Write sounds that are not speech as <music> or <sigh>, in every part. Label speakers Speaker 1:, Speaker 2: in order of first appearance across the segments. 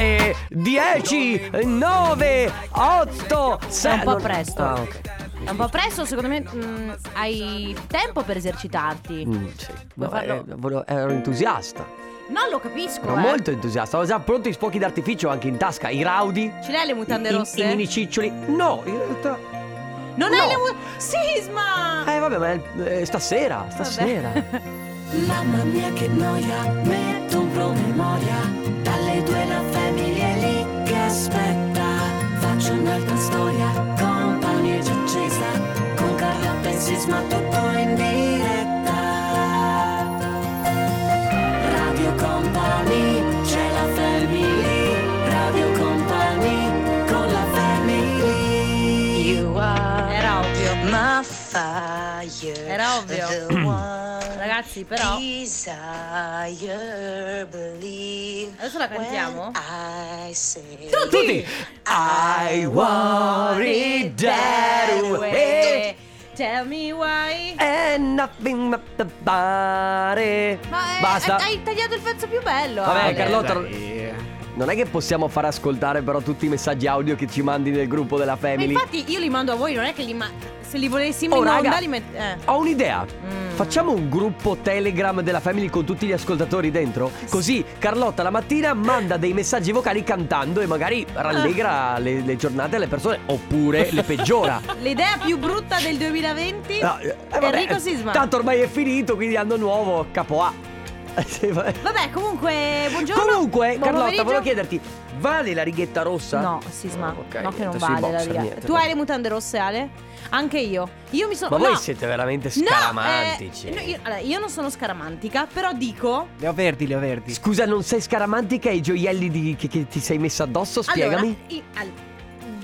Speaker 1: eh, 10, 9, 8, 7.
Speaker 2: È un po' presto.
Speaker 1: Ah, ok.
Speaker 2: È un po' presto, secondo me mm, hai tempo per esercitarti.
Speaker 1: Mm, sì. No,
Speaker 2: farlo.
Speaker 1: eh, volevo- ero entusiasta,
Speaker 2: Non lo capisco,
Speaker 1: ero
Speaker 2: eh.
Speaker 1: molto entusiasta. Avevo già pronto i fuochi d'artificio anche in tasca, i raudi,
Speaker 2: Ce l'hai le mutande
Speaker 1: i,
Speaker 2: rosse?
Speaker 1: i mini ciccioli. No, in realtà.
Speaker 2: non
Speaker 1: no.
Speaker 2: hai le mutande. Sisma!
Speaker 1: Eh, vabbè, ma è- eh, stasera,
Speaker 2: <laughs>
Speaker 1: stasera.
Speaker 3: Mamma mia che noia, metto un promemoria Dalle due la famiglia è lì che aspetta Faccio un'altra storia, compagnia già accesa Con Carlotta e Sisma tutto in diretta Radio Company, c'è la family Radio Company, con la family
Speaker 4: You are
Speaker 2: Era ovvio.
Speaker 4: my fire.
Speaker 2: Era ovvio. <clears throat>
Speaker 4: The one
Speaker 2: Ragazzi, però-
Speaker 4: Desire, believe
Speaker 2: Adesso la cantiamo?
Speaker 4: when I say
Speaker 1: Tutti! I want it that way. Eh,
Speaker 2: Tell me why.
Speaker 1: And nothing but the body.
Speaker 2: Ma eh,
Speaker 1: Basta.
Speaker 2: hai, hai tagliato il pezzo più bello.
Speaker 1: Vabbè,
Speaker 2: Ale.
Speaker 1: Carlotta.
Speaker 5: dai.
Speaker 1: Non è che possiamo far ascoltare però tutti i messaggi audio che ci mandi nel gruppo della
Speaker 2: Ma
Speaker 1: Family.
Speaker 2: infatti io li mando a voi, non è che li ma- se li volessimo
Speaker 1: Oh,
Speaker 2: in onda
Speaker 1: raga.
Speaker 2: li met- eh.
Speaker 1: Ho un'idea.
Speaker 2: Mm.
Speaker 1: Facciamo un gruppo Telegram della Family con tutti gli ascoltatori dentro? Così Carlotta la mattina manda dei messaggi vocali cantando e magari rallegra
Speaker 2: Ah.
Speaker 1: le, le giornate alle persone oppure le
Speaker 2: <laughs>
Speaker 1: peggiora.
Speaker 2: L'idea più brutta del 2020
Speaker 1: No, eh, vabbè,
Speaker 2: Enrico Sisma.
Speaker 1: Tanto ormai è finito, quindi anno nuovo, capo A. <laughs> Sì, vabbè.
Speaker 2: Vabbè, comunque, buongiorno.
Speaker 1: Comunque,
Speaker 2: Buon
Speaker 1: Carlotta,
Speaker 2: pomeriggio.
Speaker 1: volevo chiederti, vale la righetta rossa?
Speaker 2: No, Sisma,
Speaker 1: Ah, Ok,
Speaker 2: no che
Speaker 1: niente,
Speaker 2: non
Speaker 1: sui
Speaker 2: vale la
Speaker 1: boxer,
Speaker 2: riga.
Speaker 1: niente,
Speaker 2: Tu
Speaker 1: no.
Speaker 2: hai le mutande rosse, Ale? Anche io. Io mi
Speaker 1: Ma
Speaker 2: sono no.
Speaker 1: voi siete veramente
Speaker 2: No, eh,
Speaker 1: scaramantici.
Speaker 2: no, io, allora, io non sono scaramantica, però dico
Speaker 5: Le ho verdi, le ho verdi.
Speaker 1: Scusa, non sei scaramantica e i gioielli di- che, che ti sei messa addosso? Spiegami.
Speaker 2: Allora, i- al-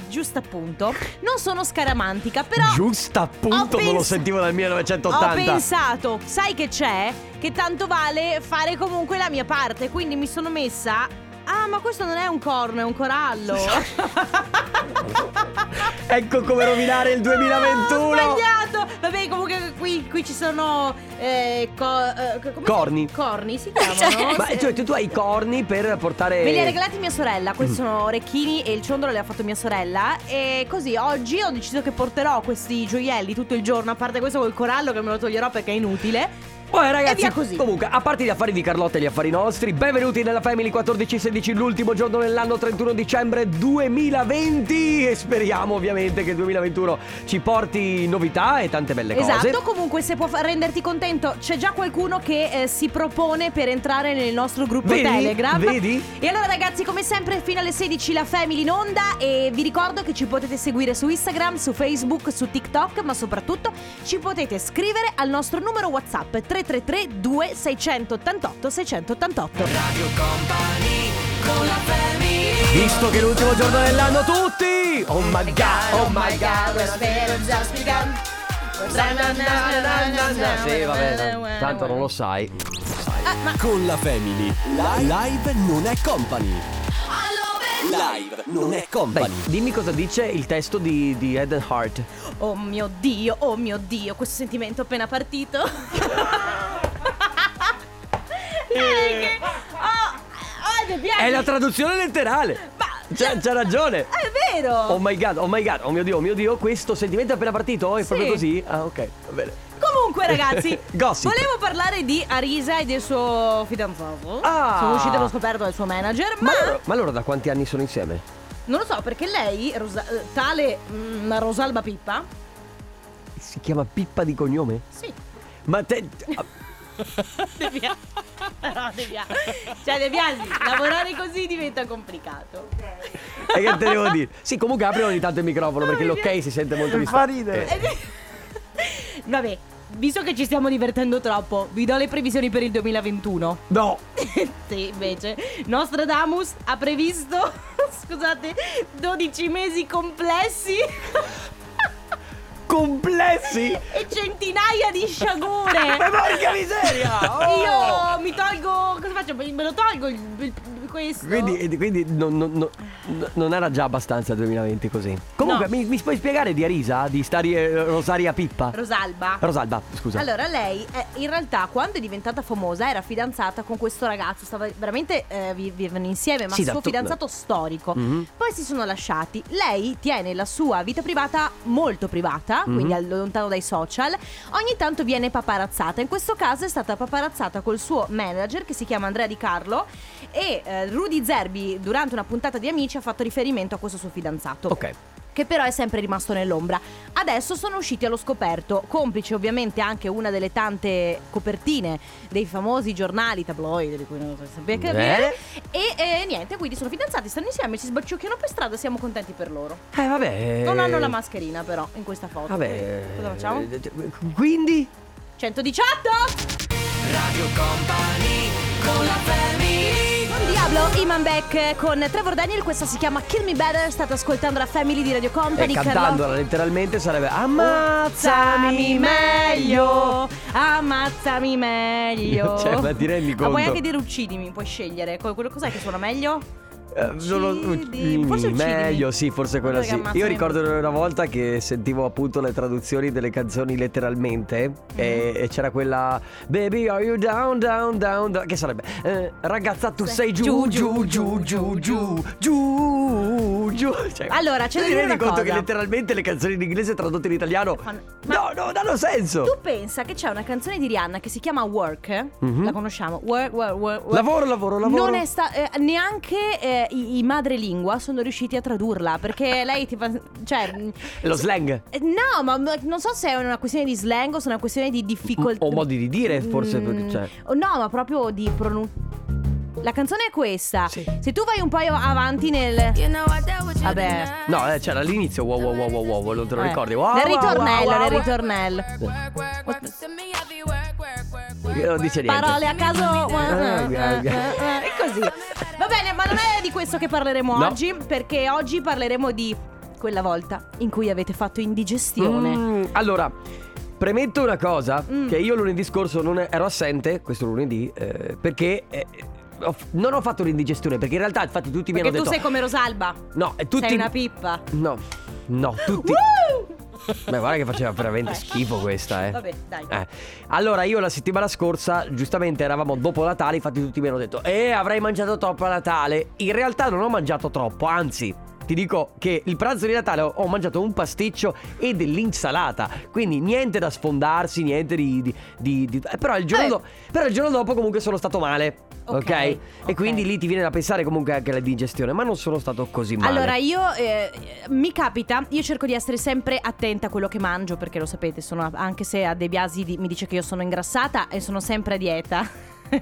Speaker 2: giusto appunto, non sono scaramantica, però
Speaker 1: Giusto
Speaker 2: Ho
Speaker 1: appunto, non lo
Speaker 2: pens-
Speaker 1: sentivo dal
Speaker 2: Ho
Speaker 1: 1980.
Speaker 2: pensato, sai che c'è? Che tanto vale fare comunque la mia parte, quindi mi sono messa Ah, ma questo non è un corno, è un corallo.
Speaker 1: Esatto. Ecco come rovinare il 2021.
Speaker 2: Ah, ho sbagliato. Vabbè, comunque qui, qui ci sono eh, co- eh, co- come si-
Speaker 1: Corni. <laughs>
Speaker 2: Corni si chiamano.
Speaker 1: Ma cioè, tu, tu hai i corni per portare.
Speaker 2: Me li ha regalati mia sorella, questi
Speaker 1: Mm.
Speaker 2: sono orecchini e il ciondolo le ha fatto mia sorella e così oggi ho deciso che porterò questi gioielli tutto il giorno, a parte questo col corallo che me lo toglierò perché è inutile.
Speaker 1: Poi ragazzi,
Speaker 2: E via così.
Speaker 1: comunque, a parte gli affari di Carlotta e gli affari nostri, benvenuti nella Family 1416, l'ultimo giorno dell'anno 31 dicembre 2020 e speriamo ovviamente che il 2021 ci porti novità e tante belle cose.
Speaker 2: Esatto, comunque se può fa- renderti contento c'è già qualcuno che eh, si propone per entrare nel nostro gruppo
Speaker 1: Vedi?
Speaker 2: Telegram.
Speaker 1: Vedi?
Speaker 2: E allora ragazzi, come sempre fino alle 16 la Family in onda e vi ricordo che ci potete seguire su Instagram, su Facebook, su TikTok, ma soprattutto ci potete scrivere al nostro numero WhatsApp 333 2688 688.
Speaker 1: Visto che è l'ultimo giorno dell'anno tutti! Oh my god, oh my god, Sì, vabbè, tanto non lo sai.
Speaker 6: Con la Family. Live non è company. Live non è
Speaker 1: Dai,
Speaker 6: company.
Speaker 1: dimmi cosa dice il testo di, di Eden Heart.
Speaker 2: Oh mio Dio, oh mio Dio, questo sentimento appena partito. <laughs> Sai che- oh, oh, mi piace.
Speaker 1: Eh. È la traduzione letterale!
Speaker 2: Ma- Eh,
Speaker 1: C'ha, c'ha ragione!
Speaker 2: È vero.
Speaker 1: Oh my god, oh my god, oh mio dio, oh mio dio, questo sentimento è appena partito? È
Speaker 2: Sì.
Speaker 1: proprio così? Ah, ok, va bene.
Speaker 2: Comunque ragazzi,
Speaker 1: <laughs> Gossip.
Speaker 2: volevo parlare di Arisa e del suo fidanzato.
Speaker 1: Ah.
Speaker 2: Sono uscita e l'ho scoperto del suo manager, ma,
Speaker 1: Ma loro, ma loro da quanti anni sono insieme?
Speaker 2: non lo so perché lei, Rosa- eh, tale mm, Rosalba Pippa,
Speaker 1: Si chiama Pippa di cognome?
Speaker 2: sì.
Speaker 1: Ma te. ah,
Speaker 2: <laughs> De Bia- Però De Bia- Cioè De Biasi, lavorare così diventa complicato.
Speaker 1: E che te devo dire? Sì, comunque apriamo ogni tanto il microfono perché l'ok si sente molto distratto. Eh,
Speaker 2: <laughs> Vabbè, visto che ci stiamo divertendo troppo, vi do le previsioni per il 2021.
Speaker 1: No!
Speaker 2: sì, invece, Nostradamus ha previsto, <laughs> scusate, 12 mesi complessi.
Speaker 1: complessi.
Speaker 2: <laughs> E centinaia di
Speaker 1: Ma <laughs>
Speaker 2: sciagure.
Speaker 1: porca miseria! Oh!
Speaker 2: Io mi tolgo. Cosa faccio? Me lo tolgo il, il- questo.
Speaker 1: Quindi, eh, quindi non, non- non- non era già abbastanza il 2020 così. Comunque,
Speaker 2: No.
Speaker 1: mi, mi puoi spiegare di Arisa, di Stari- eh, Rosaria Pippa?
Speaker 2: Rosalba.
Speaker 1: Rosalba, scusa.
Speaker 2: Allora, lei eh, in realtà quando è diventata famosa era fidanzata con questo ragazzo, stava veramente eh, vi- vivevano insieme, ma
Speaker 1: Sì, esatto. da
Speaker 2: suo
Speaker 1: to-
Speaker 2: fidanzato storico.
Speaker 1: Mhm.
Speaker 2: Poi si sono lasciati. Lei tiene la sua vita privata molto privata,
Speaker 1: Mhm.
Speaker 2: quindi al- lontano dai social. Ogni tanto viene paparazzata. In questo caso è stata paparazzata col suo manager che si chiama Andrea Di Carlo e eh, Rudy Zerbi durante una puntata di Amici ha fatto riferimento a questo suo fidanzato
Speaker 1: Ok.
Speaker 2: che però è sempre rimasto nell'ombra. Adesso sono usciti allo scoperto, complice ovviamente anche una delle tante copertine dei famosi giornali tabloid di cui non so sapere
Speaker 1: Eh?
Speaker 2: che
Speaker 1: Bene.
Speaker 2: E eh, niente, quindi sono fidanzati, stanno insieme, si sbacciucchiano per strada, siamo contenti per loro.
Speaker 1: Eh, vabbè.
Speaker 2: Non hanno la mascherina però in questa foto.
Speaker 1: Vabbè. eh,
Speaker 2: Quindi, Cosa facciamo?
Speaker 1: Quindi?
Speaker 2: 118! Con Diablo, Iman Beck con Trevor Daniel, questa si chiama Kill Me Better, state ascoltando la Family di Radio
Speaker 1: E
Speaker 2: Company. Carlotta-
Speaker 1: cantandola letteralmente sarebbe Ammazzami meglio.
Speaker 2: Ammazzami
Speaker 1: <laughs>
Speaker 2: meglio
Speaker 1: Cioè, ma ti rendi conto?
Speaker 2: Ma puoi anche dire uccidimi, puoi scegliere Co- quello- Cos'è che suona meglio?
Speaker 1: Eh, solo-
Speaker 2: Uccidimi. Forse uccidimi.
Speaker 1: meglio, sì, forse quella
Speaker 2: Guarda che
Speaker 1: sì.
Speaker 2: ammazzami
Speaker 1: Io ricordo una volta che sentivo appunto le traduzioni delle canzoni letteralmente e, e c'era quella Baby are you down down down, down?" che sarebbe eh, ragazza tu sei giù giù giù giù giù giù giù. Cioè,
Speaker 2: Allora,
Speaker 1: tu
Speaker 2: c'è da
Speaker 1: ti
Speaker 2: dire
Speaker 1: rendi
Speaker 2: una
Speaker 1: conto
Speaker 2: cosa.
Speaker 1: che letteralmente le canzoni in inglese tradotte in italiano
Speaker 2: Fanno-
Speaker 1: No, no, danno senso.
Speaker 2: Tu pensa che c'è una canzone di Rihanna che si chiama Work eh?
Speaker 1: Mhm.
Speaker 2: La conosciamo Work, work, work, work.
Speaker 1: Lavoro, lavoro, lavoro.
Speaker 2: Non è sta- eh, neanche eh, i-, i madrelingua sono riusciti a
Speaker 1: <laughs>
Speaker 2: tradurla perché lei ti fa... Cioè,
Speaker 1: È Lo slang.
Speaker 2: Eh, No, ma ma non so se è una questione di slang o se è una questione di difficoltà.
Speaker 1: O modi di dire, forse,
Speaker 2: Mm,
Speaker 1: perché, cioè-
Speaker 2: o No, ma proprio di pronunciare. La canzone è questa.
Speaker 1: Sì.
Speaker 2: Se tu vai un po' avanti nel. Vabbè.
Speaker 1: No, eh, c'era all'inizio wow wow wow wow wow, non te lo
Speaker 2: Eh.
Speaker 1: ricordi? Wow,
Speaker 2: nel
Speaker 1: wow, wow,
Speaker 2: ritornello,
Speaker 1: wow,
Speaker 2: nel
Speaker 1: wow.
Speaker 2: ritornello.
Speaker 1: Che non dice niente.
Speaker 2: Parole a caso. Eh,
Speaker 1: Ah, gra- gra-
Speaker 2: E così. Va bene, ma non è di questo che parleremo
Speaker 1: No.
Speaker 2: oggi, perché oggi parleremo di quella volta in cui avete fatto indigestione.
Speaker 1: Mm, allora, premetto una cosa,
Speaker 2: Mm.
Speaker 1: che io lunedì scorso non ero assente, questo lunedì, eh, perché eh, ho- non ho fatto l'indigestione, perché in realtà infatti tutti mi
Speaker 2: Perché
Speaker 1: hanno
Speaker 2: tu
Speaker 1: detto...
Speaker 2: sei come Rosalba.
Speaker 1: No, e tutti...
Speaker 2: Sei una pippa.
Speaker 1: No, no, tutti...
Speaker 2: Woo!
Speaker 1: Beh, guarda che faceva veramente
Speaker 2: Eh.
Speaker 1: schifo questa, eh.
Speaker 2: Vabbè, dai.
Speaker 1: Eh. Allora, io la settimana scorsa, giustamente eravamo dopo Natale, infatti tutti mi hanno detto, eh, avrei mangiato troppo a Natale. In realtà non ho mangiato troppo, anzi, ti dico che il pranzo di Natale ho, ho mangiato un pasticcio e dell'insalata. Quindi niente da sfondarsi, niente di... di- di- di- eh, però, il giorno
Speaker 2: Eh.
Speaker 1: do- però il giorno dopo comunque sono stato male. Ok,
Speaker 2: Ok,
Speaker 1: e
Speaker 2: ok.
Speaker 1: quindi lì ti viene da pensare comunque anche alla digestione, ma non sono stato così male.
Speaker 2: Allora, io eh, mi capita, io cerco di essere sempre attenta a quello che mangio, perché lo sapete, sono, anche se a De Biasi di- mi dice che io sono ingrassata e sono sempre a dieta. <laughs>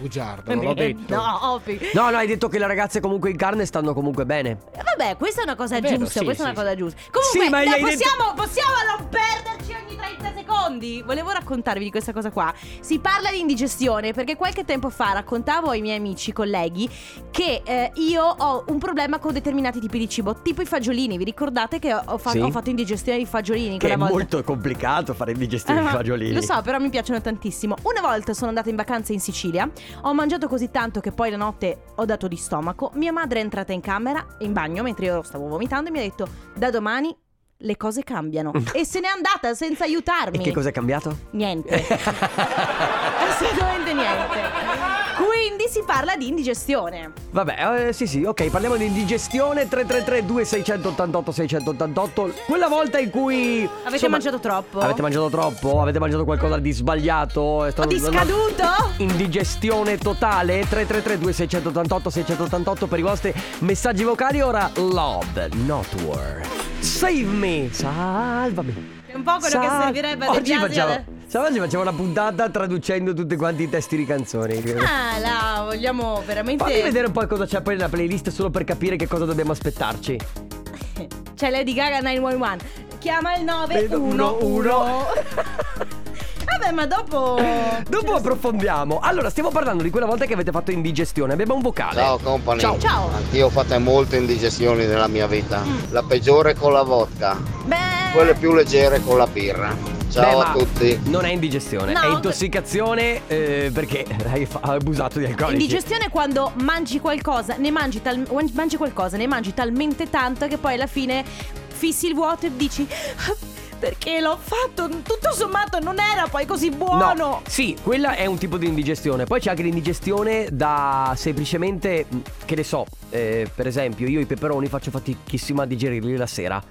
Speaker 5: Bugiardo, non l'ho detto.
Speaker 2: No, Opi.
Speaker 1: No, no, hai detto che le ragazze comunque in carne stanno comunque bene.
Speaker 2: Vabbè, questa è una cosa
Speaker 5: È vero,
Speaker 2: giusta,
Speaker 5: sì,
Speaker 2: questa è
Speaker 5: sì,
Speaker 2: una cosa giusta.
Speaker 1: Sì, ma
Speaker 2: Comunque,
Speaker 1: gli
Speaker 2: la
Speaker 1: hai detto-
Speaker 2: possiamo, possiamo non perderci ogni 30 secondi. Volevo raccontarvi di questa cosa qua. Si parla di indigestione perché qualche tempo fa raccontavo ai miei amici, colleghi, che eh, io ho un problema con determinati tipi di cibo, tipo i fagiolini. Vi ricordate che ho, fa-
Speaker 1: Sì.
Speaker 2: ho fatto indigestione di fagiolini
Speaker 1: Che
Speaker 2: quella
Speaker 1: è
Speaker 2: volta?
Speaker 1: molto complicato fare indigestione
Speaker 2: Eh,
Speaker 1: di
Speaker 2: ma-
Speaker 1: fagiolini.
Speaker 2: Lo so, però mi piacciono tantissimo. Una volta sono andata in vacanza in Sicilia, ho mangiato così tanto che poi la notte ho dato di stomaco. Mia madre è entrata in camera, in bagno, mentre io stavo vomitando e mi ha detto "Da domani le
Speaker 1: <laughs>
Speaker 2: cose cambiano". e se n'è andata senza aiutarmi.
Speaker 1: E che cos'è cambiato? <laughs>
Speaker 2: Niente. Assolutamente niente. Quindi si parla di indigestione.
Speaker 1: Vabbè, eh, sì, sì, ok, parliamo di indigestione 333-2688-688. Quella volta in cui.
Speaker 2: Avete mangiato troppo?
Speaker 1: Avete mangiato troppo? Avete mangiato qualcosa di sbagliato? È
Speaker 2: Ho
Speaker 1: stato-
Speaker 2: discaduto?
Speaker 1: Indigestione totale 333-2688-688 per i vostri messaggi vocali. Ora, Love, Not War. Save me, salvami.
Speaker 2: È un po' quello che
Speaker 1: Sa-
Speaker 2: servirebbe a De
Speaker 1: oggi
Speaker 2: Biasi
Speaker 1: facciamo,
Speaker 2: ad-
Speaker 1: sa, oggi facciamo una puntata traducendo tutti quanti i testi di canzoni.
Speaker 2: Ah, là, vogliamo veramente
Speaker 1: Fammi vedere un po' cosa c'è poi nella playlist solo per capire che cosa dobbiamo aspettarci.
Speaker 2: C'è Lady Gaga 911. Chiama il 911. <laughs> Vabbè, ma dopo.
Speaker 1: Dopo approfondiamo. Allora, stiamo parlando di quella volta che avete fatto indigestione. Abbiamo un vocale.
Speaker 7: Ciao company.
Speaker 1: Ciao. Mm.
Speaker 2: Ciao.
Speaker 7: Anch'io ho fatto molte indigestioni nella mia vita. La peggiore con la vodka.
Speaker 2: Beh,
Speaker 7: quelle più leggere con la birra. Ciao
Speaker 1: Beh,
Speaker 7: a
Speaker 1: ma
Speaker 7: tutti.
Speaker 1: Non è indigestione,
Speaker 2: No,
Speaker 1: è intossicazione eh, perché <laughs> hai fa- abusato di alcolici.
Speaker 2: Indigestione è quando mangi qualcosa, ne mangi, tal- mangi qualcosa, ne mangi talmente tanto che poi alla fine fissi il vuoto e dici "Ah, perché l'ho fatto, tutto sommato non era poi così buono.
Speaker 1: No, sì, quella è un tipo di indigestione. Poi c'è anche l'indigestione da semplicemente, mh, che ne so, eh, per esempio, io i peperoni faccio fatichissimo a digerirli la sera.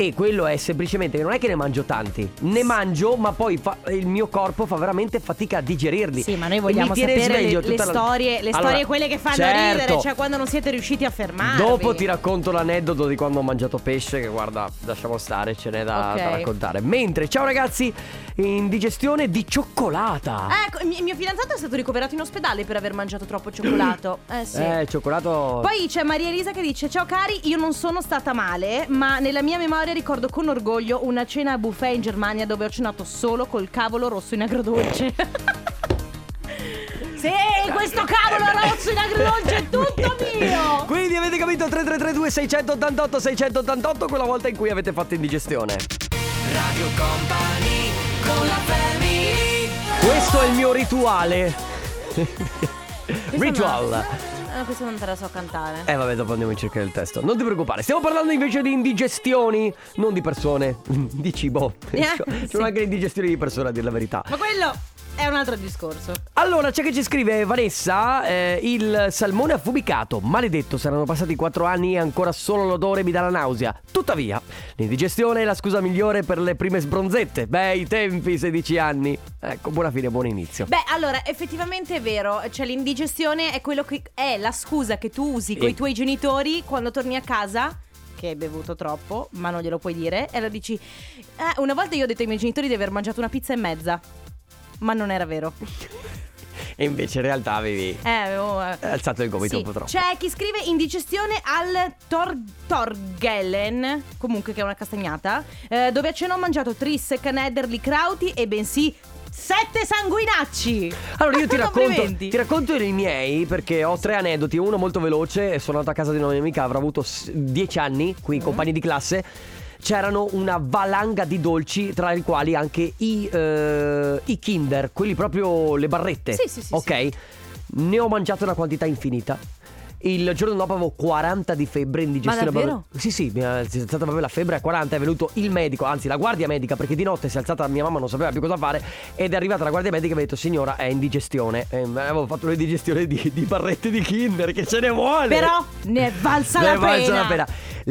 Speaker 1: E quello è semplicemente che non è che ne mangio tanti, ne mangio, ma poi fa- il mio corpo fa veramente fatica a digerirli.
Speaker 2: Sì, ma
Speaker 1: E
Speaker 2: noi
Speaker 1: mi
Speaker 2: vogliamo
Speaker 1: tiene
Speaker 2: sapere
Speaker 1: sveglio
Speaker 2: le, le
Speaker 1: tutta la-
Speaker 2: storie, le
Speaker 1: Allora,
Speaker 2: storie quelle che fanno
Speaker 1: certo.
Speaker 2: ridere, cioè quando non siete riusciti a fermarvi.
Speaker 1: Dopo ti racconto l'aneddoto di quando ho mangiato pesce, che guarda, lasciamo stare, ce n'è da, da
Speaker 2: Ok.
Speaker 1: raccontare. Mentre, ciao ragazzi, indigestione di cioccolata.
Speaker 2: Ecco, il mio fidanzato è stato ricoverato in ospedale per aver mangiato
Speaker 1: <clears throat>
Speaker 2: troppo cioccolato. Eh sì.
Speaker 1: Eh, cioccolato.
Speaker 2: Poi c'è Maria Elisa che dice: Ciao cari, io non sono stata male, ma nella mia memoria ricordo con orgoglio una cena a buffet in Germania dove ho cenato solo col cavolo rosso
Speaker 1: <laughs>
Speaker 2: in agrodolce. sì, questo cavolo rosso in agrodolce
Speaker 1: <laughs>
Speaker 2: è tutto mio!
Speaker 1: Quindi avete capito 3332 688 688 quella volta in cui avete fatto indigestione. Questo è il mio rituale. Ritual.
Speaker 2: Eh, questa non te la so cantare.
Speaker 1: Eh vabbè, dopo andiamo in cerca del testo. Non ti preoccupare, stiamo parlando invece di indigestioni, non di persone, <laughs> di cibo.
Speaker 2: Eh,
Speaker 1: Ci
Speaker 2: sì.
Speaker 1: sono anche le indigestioni di persone a dire la verità.
Speaker 2: Ma quello è un altro discorso.
Speaker 1: Allora, c'è che ci scrive Vanessa, eh, il salmone affumicato, maledetto, saranno passati 4 anni e ancora solo l'odore mi dà la nausea. Tuttavia, l'indigestione è la scusa migliore per le prime sbronzette. Bei tempi, 16 anni. Ecco, buona fine, buon inizio.
Speaker 2: <laughs> Beh, allora, effettivamente è vero, cioè l'indigestione è quello che è la scusa che tu usi con
Speaker 1: E-
Speaker 2: i tuoi genitori quando torni a casa che hai bevuto troppo, ma non glielo puoi dire, e allora dici "Eh, una volta io ho detto ai miei genitori di aver mangiato una pizza e mezza". Ma non
Speaker 1: <laughs>
Speaker 2: era vero.
Speaker 1: E invece in realtà avevi
Speaker 2: Eh, avevo eh.
Speaker 1: alzato il gomito
Speaker 2: Sì.
Speaker 1: un po' troppo.
Speaker 2: C'è chi scrive indigestione al tor- Torgelen, comunque che è una castagnata, eh, dove a cena ho mangiato trisse, canederli, crauti e bensì sette sanguinacci.
Speaker 1: Allora io
Speaker 2: <laughs>
Speaker 1: ti racconto,
Speaker 2: Complimenti.
Speaker 1: ti racconto i miei perché ho tre aneddoti, uno molto veloce, sono andato a casa di una mia amica, avrà avuto s- 10 anni,
Speaker 2: Mm.
Speaker 1: qui compagni di classe, c'erano una valanga di dolci tra i quali anche i, eh, i kinder, quelli proprio le barrette.
Speaker 2: Sì, sì, sì,
Speaker 1: Ok? Ne ho mangiato una quantità infinita. Il giorno dopo avevo 40 di febbre indigestione.
Speaker 2: davvero?
Speaker 1: Sì, sì, mi è alzata proprio la febbre a 40, è venuto il medico, anzi la guardia medica, perché di notte si è alzata mia mamma, non sapeva più cosa fare, ed è arrivata la guardia medica e mi ha detto signora è indigestione. E avevo fatto l'indigestione di, di barrette di Kinder, che ce ne vuole.
Speaker 2: Però ne è valsa la
Speaker 1: Ne è valsa
Speaker 2: pena.
Speaker 1: la pena.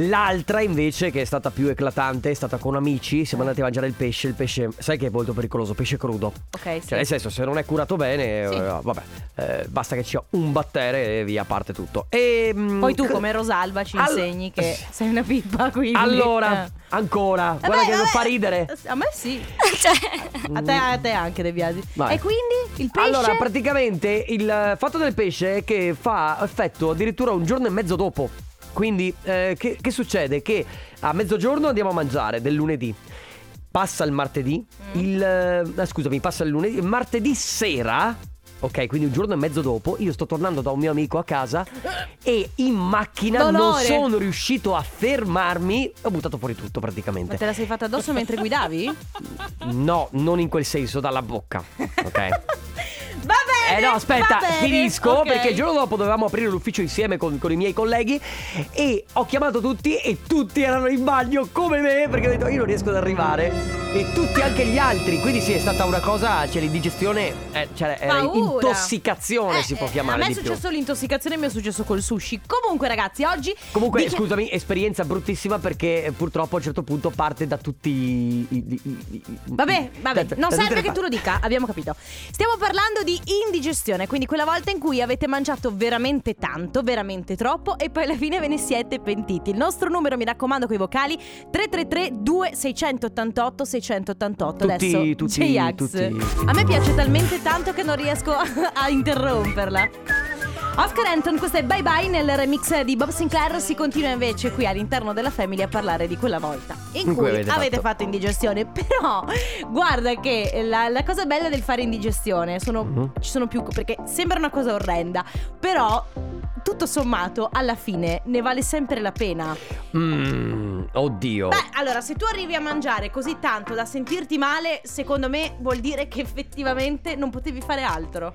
Speaker 1: L'altra invece che è stata più eclatante è stata con amici, siamo andati a mangiare il pesce, il pesce sai che è molto pericoloso, pesce crudo.
Speaker 2: Ok, sì.
Speaker 1: Cioè, nel senso, se non è curato bene,
Speaker 2: Sì.
Speaker 1: eh, vabbè, eh, basta che sia un battere e via, parte tutto. E, mm,
Speaker 2: Poi tu
Speaker 1: cr-
Speaker 2: come Rosalba ci
Speaker 1: Al-
Speaker 2: insegni
Speaker 1: <laughs>
Speaker 2: che sei una pippa, quindi...
Speaker 1: Allora,
Speaker 2: Eh.
Speaker 1: ancora,
Speaker 2: Vabbè,
Speaker 1: guarda che non
Speaker 2: vabbè.
Speaker 1: fa ridere.
Speaker 2: A me sì. a, te, a te anche, De Biasi.
Speaker 1: Vai.
Speaker 2: E quindi il pesce...
Speaker 1: Allora, praticamente il eh, fatto del pesce è che fa effetto addirittura un giorno e mezzo dopo. Quindi, eh, che, che succede? Che a mezzogiorno andiamo a mangiare del lunedì. Passa il martedì,
Speaker 2: Mm.
Speaker 1: il. eh, scusami, passa il lunedì. Martedì sera, ok, quindi un giorno e mezzo dopo, io sto tornando da un mio amico a casa e in macchina non
Speaker 2: Dolore.
Speaker 1: sono riuscito a fermarmi. Ho buttato fuori tutto
Speaker 2: Ma
Speaker 1: praticamente.
Speaker 2: te la sei fatta addosso mentre guidavi?
Speaker 1: No, non in quel senso, dalla bocca, <laughs> ok?
Speaker 2: <laughs> Va bene.
Speaker 1: Eh no, aspetta,
Speaker 2: va bene,
Speaker 1: finisco
Speaker 2: ok.
Speaker 1: perché il giorno dopo dovevamo aprire l'ufficio insieme con, con i miei colleghi e ho chiamato tutti e tutti erano in bagno come me perché ho detto io non riesco ad arrivare e tutti anche gli altri, quindi sì è stata una cosa, c'è l'indigestione, eh, cioè eh,
Speaker 2: Paura.
Speaker 1: intossicazione
Speaker 2: Eh,
Speaker 1: si può
Speaker 2: eh,
Speaker 1: chiamare
Speaker 2: A me è
Speaker 1: di più.
Speaker 2: successo l'intossicazione, mi è successo col sushi. Comunque, ragazzi, oggi.
Speaker 1: Comunque,
Speaker 2: di che-
Speaker 1: scusami, esperienza bruttissima perché eh, purtroppo a un certo punto parte da tutti i... i- i- i- i-
Speaker 2: Vabbè, vabbè,
Speaker 1: da- da-
Speaker 2: non
Speaker 1: da tutte
Speaker 2: serve
Speaker 1: le
Speaker 2: che tu lo
Speaker 1: parti.
Speaker 2: dica, abbiamo capito. Stiamo parlando di indigestione, quindi quella volta in cui avete mangiato veramente tanto, veramente troppo e poi alla fine ve ne siete pentiti. Il nostro numero, mi raccomando, coi vocali 333 2688 688
Speaker 1: Tutti-
Speaker 2: adesso.
Speaker 1: tutti-
Speaker 2: J-Ax.
Speaker 1: tutti.
Speaker 2: <laughs> A me piace talmente tanto che non riesco a interromperla. Oscar Anton, questo è Bye Bye nel remix di Bob Sinclair. Si continua invece qui all'interno della Family a parlare di quella volta in
Speaker 1: In
Speaker 2: cui
Speaker 1: cui
Speaker 2: avete,
Speaker 1: avete
Speaker 2: fatto.
Speaker 1: fatto.
Speaker 2: indigestione. Però guarda che eh, la, la cosa bella del fare indigestione sono,
Speaker 1: Mhm.
Speaker 2: ci sono più. perché sembra una cosa orrenda, però tutto sommato alla fine ne vale sempre la pena.
Speaker 1: Oh. Mm, oddio.
Speaker 2: Beh, allora, se tu arrivi a mangiare così tanto da sentirti male, secondo me vuol dire che effettivamente non potevi fare altro.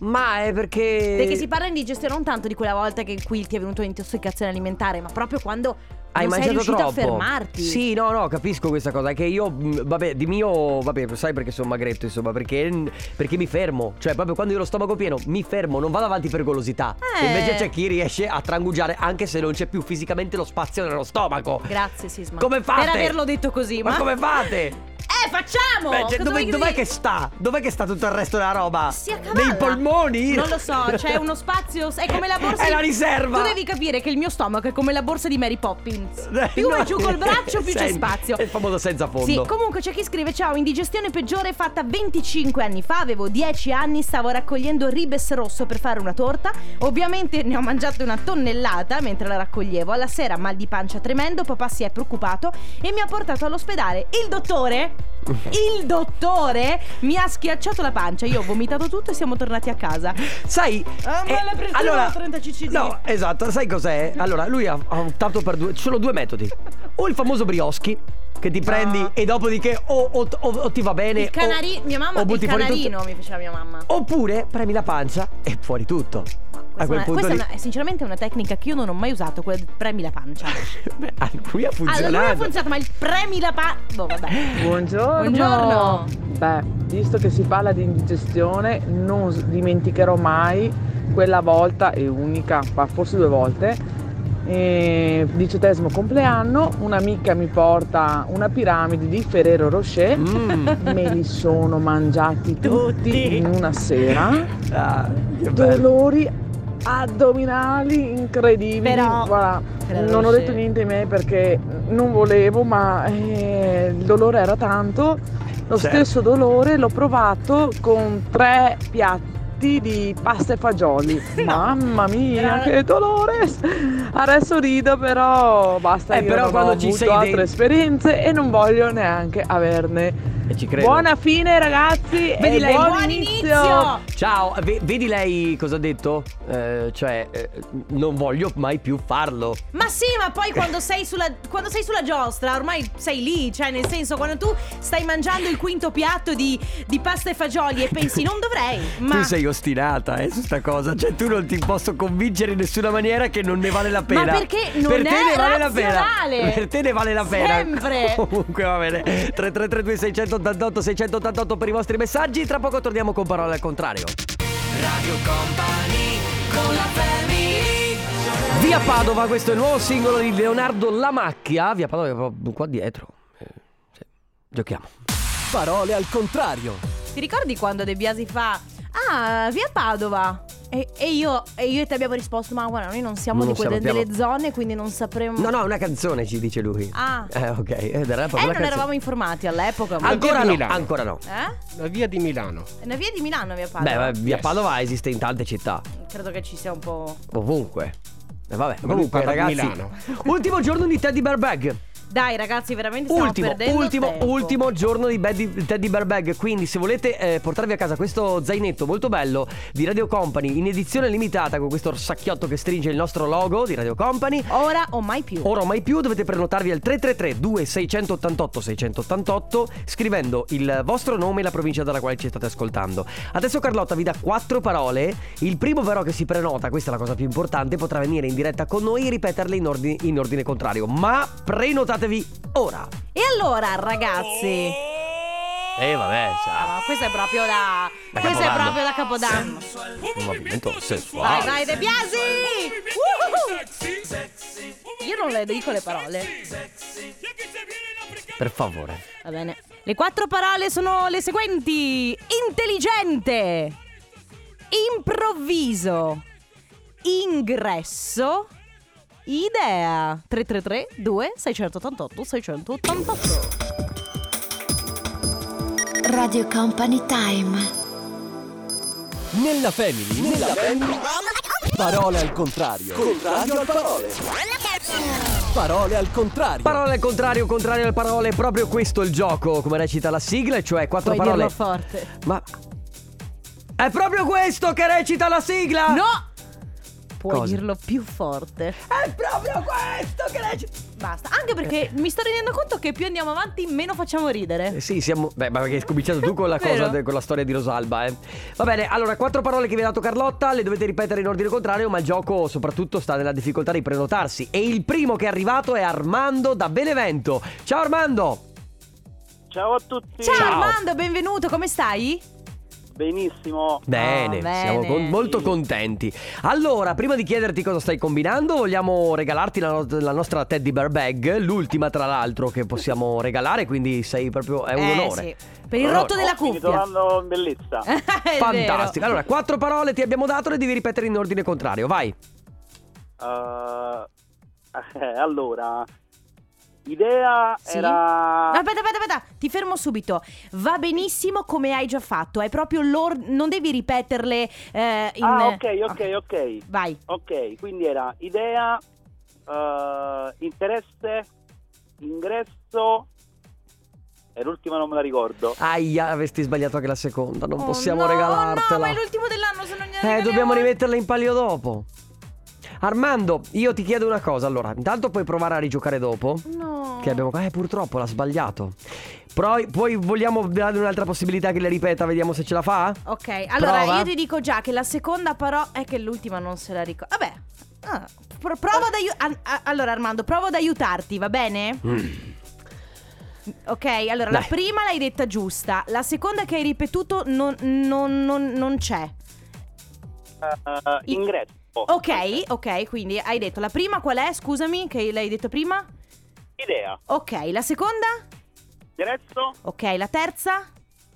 Speaker 1: Ma è perché.
Speaker 2: Perché si parla di digestione non tanto di quella volta che in cui ti è venuto intossicazione alimentare, ma proprio quando
Speaker 1: Hai
Speaker 2: non sei
Speaker 1: mangiato
Speaker 2: riuscito
Speaker 1: troppo.
Speaker 2: a fermarti.
Speaker 1: Sì, no, no, capisco questa cosa. È che io, mh, vabbè, di mio, vabbè, sai perché sono magretto, insomma, perché, mm, perché mi fermo. Cioè, proprio quando io ho lo stomaco pieno, mi fermo, non vado avanti per golosità.
Speaker 2: Eh.
Speaker 1: Invece c'è chi riesce a trangugiare anche se non c'è più fisicamente lo spazio nello stomaco.
Speaker 2: Grazie Sisma.
Speaker 1: Come fate?
Speaker 2: Per averlo detto così, ma...
Speaker 1: Ma come
Speaker 2: <laughs>
Speaker 1: fate?
Speaker 2: Eh, facciamo!
Speaker 1: Beh, cioè,
Speaker 2: Cosa
Speaker 1: dove-
Speaker 2: vuoi
Speaker 1: dov'è
Speaker 2: vi-
Speaker 1: che sta? Dov'è che sta tutto il resto della roba?
Speaker 2: Si accavalla.
Speaker 1: Nei polmoni?
Speaker 2: Non lo so, c'è
Speaker 1: <laughs>
Speaker 2: uno spazio, è come la borsa
Speaker 1: È
Speaker 2: di-
Speaker 1: la riserva.
Speaker 2: Tu devi capire che il mio stomaco è come la borsa di Mary Poppins. Più
Speaker 1: Eh, No.
Speaker 2: vai giù
Speaker 1: <laughs>
Speaker 2: col braccio, più c'è
Speaker 1: Sen-
Speaker 2: spazio.
Speaker 1: È il famoso senza fondo.
Speaker 2: Sì, comunque c'è chi scrive Ciao, indigestione peggiore fatta 25 anni fa Avevo 10 anni, stavo raccogliendo ribes rosso per fare una torta Ovviamente ne ho mangiato una tonnellata mentre la raccoglievo Alla sera mal di pancia tremendo, papà si è preoccupato E mi ha portato all'ospedale Il dottore, il dottore mi ha schiacciato la pancia Io ho vomitato tutto e siamo tornati a casa
Speaker 1: Sai, eh,
Speaker 2: Ah, ma la pressione
Speaker 1: allora,
Speaker 2: da 30 cc di-
Speaker 1: No, esatto, sai
Speaker 2: <laughs>
Speaker 1: cos'è? Allora, lui ha, ha optato per due. Ci sono due metodi. O il famoso brioschi, che ti prendi e dopodiché o, o- o- o ti va bene.
Speaker 2: Ah. Il canari-
Speaker 1: o,
Speaker 2: mia mamma,
Speaker 1: o
Speaker 2: il
Speaker 1: butti fuori tutto.
Speaker 2: canarino mi faceva mia mamma
Speaker 1: Oppure premi la pancia e fuori tutto.
Speaker 2: Questa,
Speaker 1: A quel
Speaker 2: è, una-
Speaker 1: punto
Speaker 2: questa
Speaker 1: lì.
Speaker 2: è una- è sinceramente una tecnica che io non ho mai usato Quella di premi la pancia
Speaker 1: <laughs> Beh, a cui ha funzionato.
Speaker 2: Allora lui ha funzionato, ma il premi la pa... Boh, vabbè.
Speaker 1: <laughs>
Speaker 8: Buongiorno.
Speaker 2: Buongiorno.
Speaker 8: Beh, visto che si parla di indigestione, non s- dimenticherò mai quella volta e unica, ma forse due volte. eh, diciottesimo compleanno, un'amica mi porta una piramide di Ferrero Rocher.
Speaker 1: Mm.
Speaker 8: Me li sono mangiati
Speaker 2: Tutti.
Speaker 8: tutti in una sera.
Speaker 1: Ah, che bello.
Speaker 8: dolori addominali incredibili.
Speaker 2: Però-
Speaker 8: Guarda,
Speaker 2: però
Speaker 8: non ho
Speaker 2: sì.
Speaker 8: detto niente ai miei perché non volevo, ma eh, il dolore era tanto. Lo
Speaker 1: Certo.
Speaker 8: stesso dolore l'ho provato con tre piatti di pasta e
Speaker 1: <laughs>
Speaker 8: fagioli. Mamma mia,
Speaker 2: Però-
Speaker 8: che dolore! Adesso rido, però basta.
Speaker 1: Eh,
Speaker 8: io
Speaker 1: però
Speaker 8: non
Speaker 1: quando
Speaker 8: ho
Speaker 1: ci
Speaker 8: avuto
Speaker 1: sei
Speaker 8: altre
Speaker 1: dentro-
Speaker 8: esperienze e non voglio neanche averne.
Speaker 1: E ci credo.
Speaker 8: Buona fine, ragazzi!
Speaker 1: Vedi
Speaker 8: e
Speaker 1: lei-
Speaker 8: buon,
Speaker 2: Buon
Speaker 8: inizio.
Speaker 2: inizio!
Speaker 1: Ciao, ve- vedi lei cosa ha detto? Eh, cioè, eh, non voglio mai più farlo.
Speaker 2: Ma sì, ma poi quando sei, sulla, quando sei sulla giostra, ormai sei lì, cioè nel senso, quando tu stai mangiando il quinto piatto di, di pasta e fagioli e pensi non dovrei, ma...
Speaker 1: Tu sei ostinata eh, su sta cosa, cioè tu non ti posso convincere in nessuna maniera che non ne vale la
Speaker 2: Ma
Speaker 1: pena.
Speaker 2: perché non
Speaker 1: per te
Speaker 2: è
Speaker 1: ne vale la pena.
Speaker 2: razionale?
Speaker 1: Per te ne vale la pena.
Speaker 2: Sempre.
Speaker 1: <laughs> Comunque va bene. 3332 688 688 per i vostri messaggi, tra poco torniamo con parole al contrario. Via Padova, questo è il nuovo singolo di Leonardo Lamacchia. Via Padova è proprio qua dietro. Eh, sì. Giochiamo.
Speaker 6: Parole al contrario.
Speaker 2: Ti ricordi quando De Biasi fa Ah, via Padova? E, e io, e io e te abbiamo risposto, ma guarda, noi non siamo
Speaker 1: Non
Speaker 2: di quelle,
Speaker 1: sappiamo.
Speaker 2: delle zone, quindi non sapremo...
Speaker 1: No, no, è una canzone ci dice lui.
Speaker 2: Ah.
Speaker 1: Eh, ok. Eh, del rap,
Speaker 2: eh,
Speaker 1: una
Speaker 2: non
Speaker 1: canzone.
Speaker 2: eravamo informati all'epoca. ma-
Speaker 1: Ancora
Speaker 5: Di
Speaker 1: no,
Speaker 5: Milano.
Speaker 1: ancora no.
Speaker 2: Eh?
Speaker 5: La via di Milano.
Speaker 2: È una via di Milano, via Padova.
Speaker 1: Beh, ma via
Speaker 5: Yes.
Speaker 1: Padova esiste in tante città,
Speaker 2: Credo che ci sia un po'.
Speaker 1: ovunque. E vabbè,
Speaker 5: Ma lui
Speaker 1: comunque
Speaker 5: parla di
Speaker 1: ragazzi,
Speaker 5: Milano.
Speaker 1: <laughs> ultimo giorno di Teddy Bear Bag.
Speaker 2: Dai, ragazzi, veramente stiamo
Speaker 1: Ultimo,
Speaker 2: perdendo
Speaker 1: ultimo,
Speaker 2: tempo.
Speaker 1: ultimo giorno di Bad- Teddy Bear Bag. Quindi se volete eh, portarvi a casa questo zainetto molto bello di Radio Company in edizione limitata con questo orsacchiotto che stringe il nostro logo di Radio Company,
Speaker 2: Ora o mai più.
Speaker 1: Ora o mai più dovete prenotarvi al 333 2688 688 scrivendo il vostro nome e la provincia dalla quale ci state ascoltando. Adesso Carlotta vi dà quattro parole. Il primo però che si prenota, questa è la cosa più importante, potrà venire in diretta con noi e ripeterle in ordine, in ordine contrario. Ma prenotatevi ora.
Speaker 2: E allora, ragazzi.
Speaker 1: Eh vabbè,
Speaker 2: Ah, questa è proprio la.
Speaker 1: Da
Speaker 2: questa è
Speaker 1: Capodanno.
Speaker 2: proprio la Capodanno.
Speaker 1: un movimento
Speaker 2: Vai,
Speaker 1: sessuale.
Speaker 2: vai, De Biasi! Uhuhu! Io non le dico le parole.
Speaker 1: Per favore.
Speaker 2: Va bene. Le quattro parole sono le seguenti: intelligente, improvviso, ingresso, idea. 333 2688 688.
Speaker 9: Radio Company Time.
Speaker 6: Nella family. Nella family. Parole al contrario. Contrario al parole. Parole al contrario.
Speaker 1: Parole al contrario, contrario alle parole, è proprio questo il gioco, come recita la sigla, e cioè quattro
Speaker 2: Puoi
Speaker 1: parole.
Speaker 2: dirlo forte.
Speaker 1: Ma è proprio questo che recita la sigla?
Speaker 2: No! Puoi
Speaker 1: Ah. Cosa?
Speaker 2: dirlo più forte.
Speaker 1: È proprio questo che recita.
Speaker 2: Basta.
Speaker 1: Eh.
Speaker 2: Anche perché mi sto rendendo conto che più andiamo avanti, meno facciamo ridere.
Speaker 1: Eh sì, siamo. Beh, ma perché hai cominciato tu con la
Speaker 2: <laughs> Vero?
Speaker 1: cosa, de- con la storia di Rosalba, eh. Va bene, allora, quattro parole che vi ha dato Carlotta, le dovete ripetere in ordine contrario, ma il gioco soprattutto sta nella difficoltà di prenotarsi. E il primo che è arrivato è Armando da Benevento. Ciao Armando!
Speaker 9: Ciao a tutti.
Speaker 2: Ciao,
Speaker 1: Ciao.
Speaker 2: Armando, benvenuto, come stai?
Speaker 9: Benissimo.
Speaker 1: Bene,
Speaker 2: Ah, bene.
Speaker 1: siamo con- molto
Speaker 9: Sì.
Speaker 1: contenti. Allora, prima di chiederti cosa stai combinando, vogliamo regalarti la, no- la nostra Teddy Bear Bag, l'ultima tra l'altro che possiamo regalare, quindi sei proprio... è un
Speaker 2: eh,
Speaker 1: onore.
Speaker 2: Sì. Per il
Speaker 1: Allora,
Speaker 2: rotto della
Speaker 9: oh, Mi
Speaker 2: cuffia. Eh?
Speaker 9: tornando in bellezza.
Speaker 2: <laughs> È
Speaker 1: Fantastico. Allora, quattro parole ti abbiamo dato, le devi ripetere in ordine contrario, vai.
Speaker 9: Eh, eh, allora, idea
Speaker 2: Sì?
Speaker 9: era...
Speaker 2: vero. Aspetta, aspetta, aspetta, ti fermo subito. Va benissimo come hai già fatto. È proprio l'or... Non devi ripeterle eh, in.
Speaker 9: Ah, ok, ok, ok.
Speaker 2: Vai.
Speaker 9: Ok, quindi era idea, eh, interesse, ingresso e l'ultima non me la ricordo.
Speaker 1: Aia, avresti sbagliato anche la seconda, non
Speaker 2: Oh,
Speaker 1: possiamo
Speaker 2: no,
Speaker 1: regalartela.
Speaker 2: No, ma è l'ultimo dell'anno, se non gliela
Speaker 1: Eh,
Speaker 2: regaliamo-
Speaker 1: dobbiamo rimetterla in palio dopo. Armando, io ti chiedo una cosa, allora, intanto puoi provare a rigiocare dopo.
Speaker 2: No.
Speaker 1: Che abbiamo qua. Eh, purtroppo l'ha sbagliato. Però poi vogliamo dargli un'altra possibilità che le ripeta, vediamo se ce la fa.
Speaker 2: Ok, allora
Speaker 1: Prova.
Speaker 2: io ti dico già che la seconda però è che l'ultima non se la ricordo. Vabbè. Ah, pro- provo ad aiutarti. allora Armando, provo ad aiutarti, va bene? Ok, allora la
Speaker 1: Mm. Dai.
Speaker 2: prima l'hai detta giusta, la seconda che hai ripetuto non, non- non- non c'è.
Speaker 9: Eh,
Speaker 2: I-
Speaker 9: ingresso.
Speaker 2: Ok, ok, quindi hai detto la prima qual è? Scusami, che l'hai detto prima?
Speaker 9: Idea,
Speaker 2: Ok, la seconda?
Speaker 9: ingresso,
Speaker 2: Ok, la terza?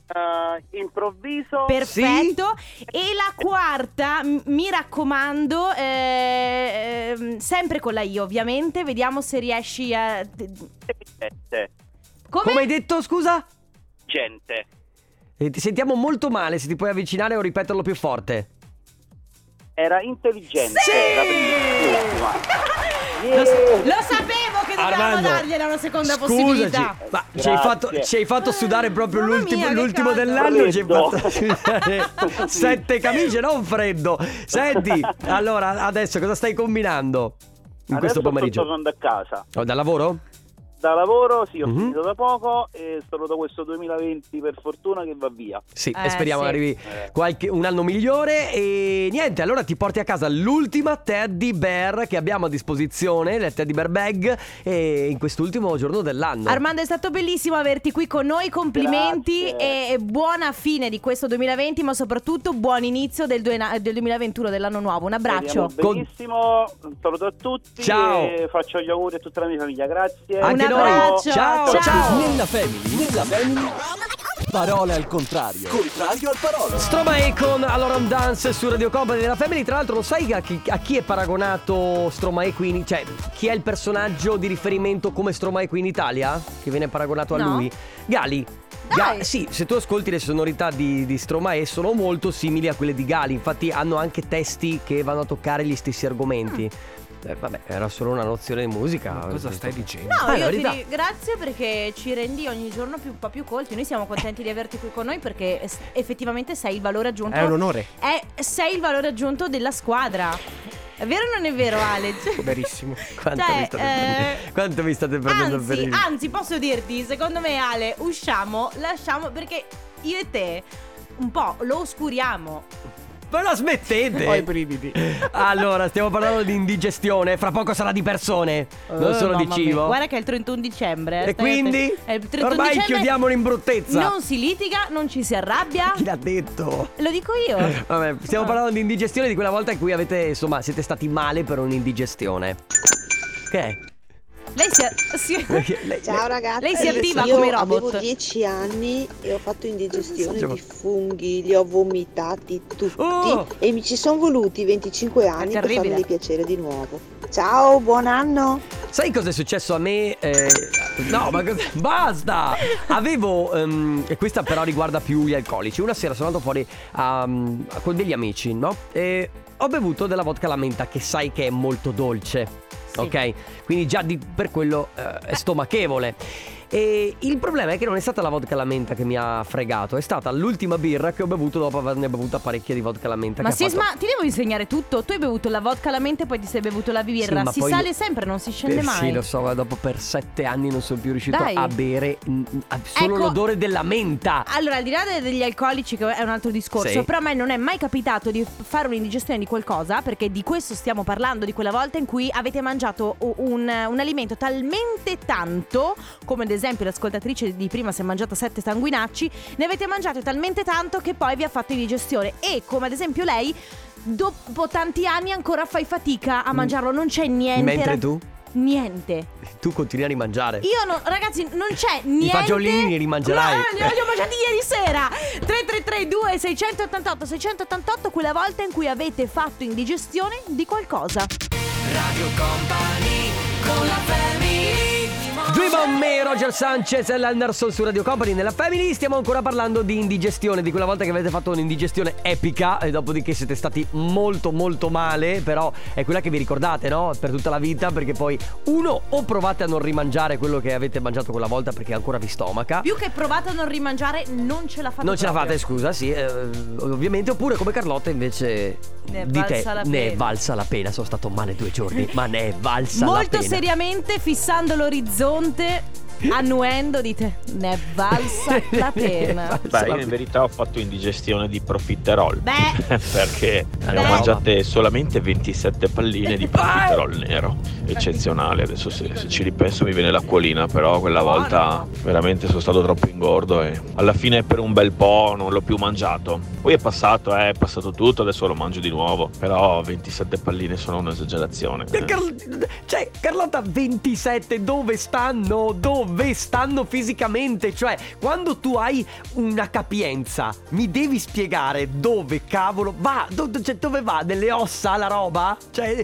Speaker 9: eh, improvviso.
Speaker 2: Perfetto. E la quarta, m- mi raccomando, eh, ehm, sempre con la I ovviamente, vediamo se riesci a... t-
Speaker 9: Gente.
Speaker 2: Come?
Speaker 1: Come hai detto, scusa?
Speaker 9: gente.
Speaker 1: Eh, ti sentiamo molto male, se ti puoi avvicinare o ripeterlo più forte.
Speaker 9: Era intelligente.
Speaker 2: Sì!
Speaker 9: La
Speaker 2: <laughs>
Speaker 9: prima e l'ultima.
Speaker 2: Lo, s- lo sapevo che dovevamo
Speaker 1: Armando,
Speaker 2: dargliela una seconda
Speaker 1: Scusaci,
Speaker 2: possibilità.
Speaker 1: ma ci
Speaker 9: Grazie.
Speaker 1: hai, fatto, ci hai fatto sudare proprio
Speaker 2: Mamma
Speaker 1: l'ultimo,
Speaker 2: mia, che
Speaker 1: l'ultimo
Speaker 2: caldo.
Speaker 1: dell'anno. Ci hai
Speaker 9: Freddo.
Speaker 1: fatto
Speaker 9: <laughs>
Speaker 1: sudare sette camicie, non freddo. Senti, allora adesso cosa stai combinando in questo
Speaker 9: Adesso sto
Speaker 1: pomeriggio?
Speaker 9: tornando a casa.
Speaker 1: Oh, da lavoro?
Speaker 9: Da lavoro, sì, ho
Speaker 1: Mhm.
Speaker 9: finito da poco e sono da questo 2020 per fortuna che va via.
Speaker 1: Sì,
Speaker 2: Eh,
Speaker 1: e speriamo
Speaker 2: sì.
Speaker 1: arrivi qualche- un anno migliore. E niente, allora ti porti a casa l'ultima teddy bear che abbiamo a disposizione, la teddy bear bag, e in quest'ultimo giorno dell'anno.
Speaker 2: Armando è stato bellissimo averti qui con noi, complimenti
Speaker 9: Grazie.
Speaker 2: e, e buona fine di questo 2020 ma soprattutto buon inizio del, due- del 2021, dell'anno nuovo. Un abbraccio.
Speaker 9: Speriamo Benissimo, un saluto a tutti.
Speaker 1: Ciao.
Speaker 9: E faccio gli auguri a tutta la mia famiglia, grazie.
Speaker 1: Anche noi.
Speaker 2: Un abbraccio.
Speaker 1: Ciao, ciao.
Speaker 2: Ciao.
Speaker 6: Nella family, nella family. Parole al contrario. Contrario al parole.
Speaker 1: Stromae con Alorum Dance su Radio Company della Family. Tra l'altro, lo sai a chi, a chi è paragonato Stromae qui? in- Cioè, chi è il personaggio di riferimento come Stromae qui in Italia? Che viene paragonato a
Speaker 2: No.
Speaker 1: lui? Gali.
Speaker 2: Dai.
Speaker 1: sì, se tu ascolti le sonorità di, di Stromae sono molto simili a quelle di Gali. Infatti, hanno anche testi che vanno a toccare gli stessi argomenti. Eh, vabbè, era solo una nozione di musica.
Speaker 5: Ma cosa stai dicendo?
Speaker 2: Ah. No,
Speaker 1: Ah,
Speaker 2: io ti
Speaker 1: Lorita.
Speaker 2: ri- grazie perché ci rendi ogni giorno più- un po' più colti. Noi siamo contenti di averti qui con noi perché es- effettivamente sei il valore aggiunto.
Speaker 5: È un onore.
Speaker 2: è- sei il valore aggiunto della squadra. È vero o non è vero, Alex?
Speaker 5: Verissimo.
Speaker 1: <laughs> Quanto,
Speaker 2: Cioè,
Speaker 1: mi state
Speaker 2: eh,
Speaker 1: prendendo, quanto mi state prendendo per
Speaker 2: Anzi, ah,
Speaker 1: il.
Speaker 2: anzi, posso dirti, secondo me, Ale, usciamo, lasciamo perché io e te un po' lo oscuriamo.
Speaker 1: Ma la smettete!
Speaker 5: Ho i brividi.
Speaker 1: <laughs> Allora, stiamo parlando di indigestione. Fra poco sarà di persone, non
Speaker 2: Eh,
Speaker 1: solo di
Speaker 2: mamma mia,
Speaker 1: cibo.
Speaker 2: Guarda che è il 31 dicembre. eh,
Speaker 1: E
Speaker 2: stai
Speaker 1: quindi?
Speaker 2: atten- è il 31
Speaker 1: Ormai
Speaker 2: dicembre.
Speaker 1: chiudiamolo in bruttezza.
Speaker 2: Non si litiga, non ci si arrabbia.
Speaker 1: Chi Eh. l'ha detto?
Speaker 2: Lo dico io.
Speaker 1: Vabbè, stiamo
Speaker 2: Ah.
Speaker 1: parlando di indigestione di quella volta in cui avete, insomma, siete stati male per un'indigestione. Che?
Speaker 2: Lei si,
Speaker 1: <laughs>
Speaker 2: si-
Speaker 10: Ciao ragazzi,
Speaker 2: Lei si attiva
Speaker 10: io
Speaker 2: come robot.
Speaker 10: avevo 10 anni e ho fatto indigestione
Speaker 1: Facciamo-
Speaker 10: di funghi, li ho vomitati tutti
Speaker 1: Oh!
Speaker 10: e mi ci sono voluti 25 anni per
Speaker 2: terribile.
Speaker 10: farmi piacere di nuovo. Ciao, buon anno!
Speaker 1: Sai cosa è successo a me? Eh, no, ma cosa- basta! Avevo, ehm, e questa però riguarda più gli alcolici. Una sera sono andato fuori a- a- con degli ehm, amici, no? E ho bevuto della vodka alla menta che sai che è molto dolce, ok? Quindi già di- per quello eh, è stomachevole. E il problema è che non è stata la vodka alla menta che mi ha fregato, è stata l'ultima birra che ho bevuto dopo averne bevuta parecchia di vodka alla menta.
Speaker 2: Ma
Speaker 1: che ha fatto-
Speaker 2: Sisma, ti devo insegnare tutto. Tu hai bevuto la vodka alla mente, poi ti sei bevuto la birra.
Speaker 1: Sì, ma
Speaker 2: si
Speaker 1: poi-
Speaker 2: sale sempre, non si scende
Speaker 1: Eh
Speaker 2: mai.
Speaker 1: Sì, lo so, ma dopo per sette anni non sono più riuscito
Speaker 2: Dai.
Speaker 1: a bere mm, a- solo
Speaker 2: Ecco.
Speaker 1: l'odore della menta.
Speaker 2: Allora, al di là de- degli alcolici, che è un altro discorso,
Speaker 1: Sì.
Speaker 2: però a me non è mai capitato di f- fare un'indigestione di qualcosa, perché di questo stiamo parlando, di quella volta in cui avete mangiato u- un, un alimento talmente tanto, come ad esempio l'ascoltatrice di prima si è mangiata sette sanguinacci, ne avete mangiato talmente tanto che poi vi ha fatto indigestione. E come ad esempio lei, dopo tanti anni ancora fai fatica a mangiarlo, non c'è niente.
Speaker 1: Mm. Mentre
Speaker 2: ra-
Speaker 1: tu,
Speaker 2: Niente.
Speaker 1: tu continui a rimangiare.
Speaker 2: Io no, ragazzi, non c'è niente.
Speaker 1: fagiolini li rimangerai.
Speaker 2: No, no, li ho mangiati ieri sera. 3332 688 688 quella volta in cui avete fatto indigestione di qualcosa.
Speaker 1: Dream on me, Roger Sanchez e l'Anderson su Radio Company nella Family. Stiamo ancora parlando di indigestione, di quella volta che avete fatto un'indigestione epica e dopodiché siete stati molto molto male, però è quella che vi ricordate, no? Per tutta la vita, perché poi uno o provate a non rimangiare quello che avete mangiato quella volta perché ancora vi stomaca.
Speaker 2: Più che provate a non rimangiare, non ce la fate.
Speaker 1: Non ce la
Speaker 2: proprio.
Speaker 1: fate, scusa, sì, eh, ovviamente. Oppure come Carlotta invece
Speaker 2: Ne è
Speaker 1: di te
Speaker 2: valsa la
Speaker 1: ne è
Speaker 2: pena.
Speaker 1: valsa la pena. Sono stato male due giorni, ma ne è valsa la
Speaker 2: Molto
Speaker 1: pena.
Speaker 2: seriamente, fissando l'orizzonte, annuendo, dite: Ne è
Speaker 1: <laughs>
Speaker 2: valsa la pena.
Speaker 11: Beh, io in verità ho fatto indigestione di profiterol.
Speaker 2: Beh.
Speaker 11: <laughs> perché ne ho
Speaker 2: Beh.
Speaker 11: mangiate solamente 27 palline di profiterol nero. Eccezionale. Adesso se, se ci ripenso mi viene l'acquolina, però quella volta veramente sono stato troppo ingordo e alla fine per un bel po' non l'ho più mangiato. Poi è passato, eh, è passato tutto, adesso lo mangio di nuovo. Però 27 palline sono un'esagerazione.
Speaker 1: Eh, Carl- Cioè, Carlotta, 27, dove stanno? Dove stanno fisicamente? Cioè, quando tu hai una capienza, mi devi spiegare dove cavolo va? Do- do- cioè, dove va? Nelle ossa la roba? Cioè,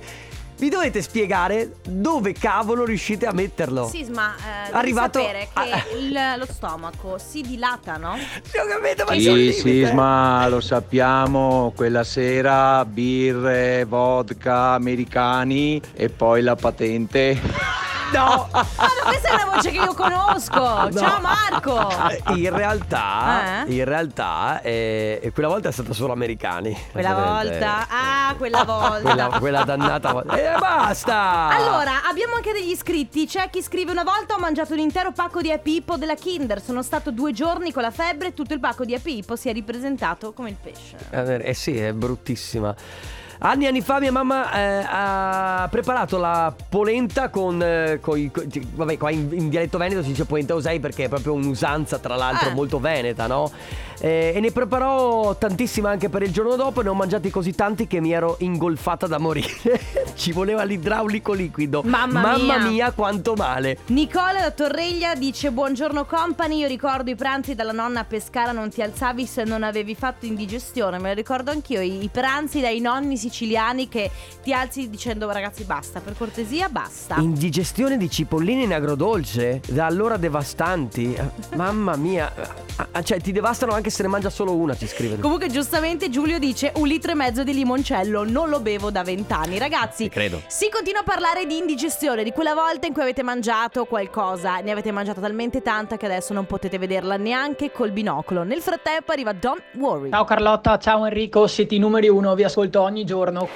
Speaker 1: mi dovete spiegare dove cavolo riuscite a metterlo?
Speaker 2: Sisma, eh, devi
Speaker 1: Arrivato-
Speaker 2: sapere che
Speaker 1: Ah. <laughs>
Speaker 2: il- lo stomaco si dilata, no?
Speaker 1: Ho capito, ma c'è un
Speaker 12: Sì,
Speaker 1: limite.
Speaker 12: Sisma, lo sappiamo, quella sera birre, vodka, americani e poi la patente. <laughs>
Speaker 1: No!
Speaker 2: Ah, Questa è una voce che io conosco.
Speaker 1: <laughs> No.
Speaker 2: Ciao
Speaker 1: <laughs>
Speaker 2: Marco.
Speaker 1: Eh, In realtà,
Speaker 2: Eh?
Speaker 1: in realtà, eh, quella volta è stata solo americani.
Speaker 2: Quella
Speaker 1: Veramente.
Speaker 2: volta, ah, quella volta.
Speaker 1: Quella, quella dannata volta. E basta!
Speaker 2: Allora, abbiamo anche degli iscritti. C'è chi scrive: Una volta ho mangiato un intero pacco di Apippo della Kinder. Sono stato due giorni con la febbre e tutto il pacco di Apippo si è ripresentato come il pesce.
Speaker 1: Eh eh sì, è bruttissima. Anni e anni fa mia mamma eh, ha preparato la polenta con, eh, coi- co- ti- vabbè qua in, in dialetto veneto si dice polenta usai perché è proprio un'usanza tra l'altro
Speaker 2: Eh.
Speaker 1: molto veneta no? Eh, e ne preparò tantissima anche per il giorno dopo e ne ho mangiati così tanti che mi ero ingolfata da morire <laughs> Ci voleva l'idraulico liquido
Speaker 2: Mamma mia.
Speaker 1: quanto male
Speaker 2: Nicola da Torreglia dice buongiorno company, io ricordo i pranzi dalla nonna a Pescara non ti alzavi se non avevi fatto indigestione, me lo ricordo anch'io, i, i pranzi dai nonni siciliani che ti alzi dicendo ragazzi basta, per cortesia basta.
Speaker 1: Indigestione di cipolline in agrodolce? Da allora
Speaker 2: <laughs>
Speaker 1: devastanti? Eh, Mamma mia, Ah, ah, cioè ti devastano anche se ne mangia solo una, ci scrivono.
Speaker 2: Comunque giustamente Giulio dice un litro e mezzo di limoncello, non lo bevo da vent'anni. Ragazzi,
Speaker 1: credo.
Speaker 2: si continua a parlare di indigestione, di quella volta in cui avete mangiato qualcosa, ne avete mangiata talmente tanta che adesso non potete vederla neanche col binocolo. Nel frattempo arriva Don't Worry.
Speaker 13: Ciao Carlotta, ciao Enrico, siete i numeri uno, vi ascolto ogni giorno.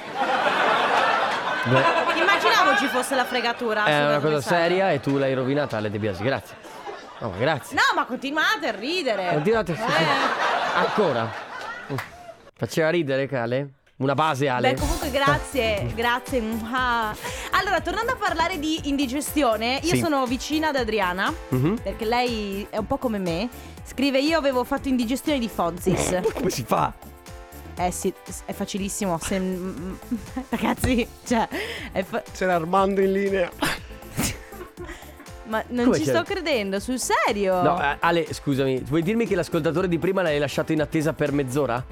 Speaker 2: Immaginavo ci fosse la fregatura.
Speaker 1: è
Speaker 2: su
Speaker 1: una
Speaker 2: Dove
Speaker 1: cosa
Speaker 2: Sara.
Speaker 1: seria e tu l'hai rovinata, Ale De Biasi, grazie. No, ma grazie.
Speaker 2: No, ma continuate a ridere. Eh,
Speaker 1: Continuate a- Ancora. Mm. Faceva ridere, Cale? Una base, Ale?
Speaker 2: Beh, comunque
Speaker 1: <laughs>
Speaker 2: grazie, grazie. mua. Allora, tornando a parlare di indigestione, io
Speaker 1: Sì.
Speaker 2: sono vicina ad Adriana,
Speaker 1: Mhm.
Speaker 2: perché lei è un po' come me. Scrive, io avevo fatto indigestione
Speaker 1: <laughs>
Speaker 2: di Fonzis.
Speaker 1: Come si fa?
Speaker 2: eh sì, è facilissimo. se- Ragazzi, cioè... È fa- <laughs>
Speaker 14: C'era Armando in linea.
Speaker 2: Ma non
Speaker 1: Come
Speaker 2: ci
Speaker 1: c'è?
Speaker 2: sto credendo, sul serio.
Speaker 1: No, eh, Ale, scusami, vuoi dirmi che l'ascoltatore di prima l'hai lasciato in attesa per mezz'ora?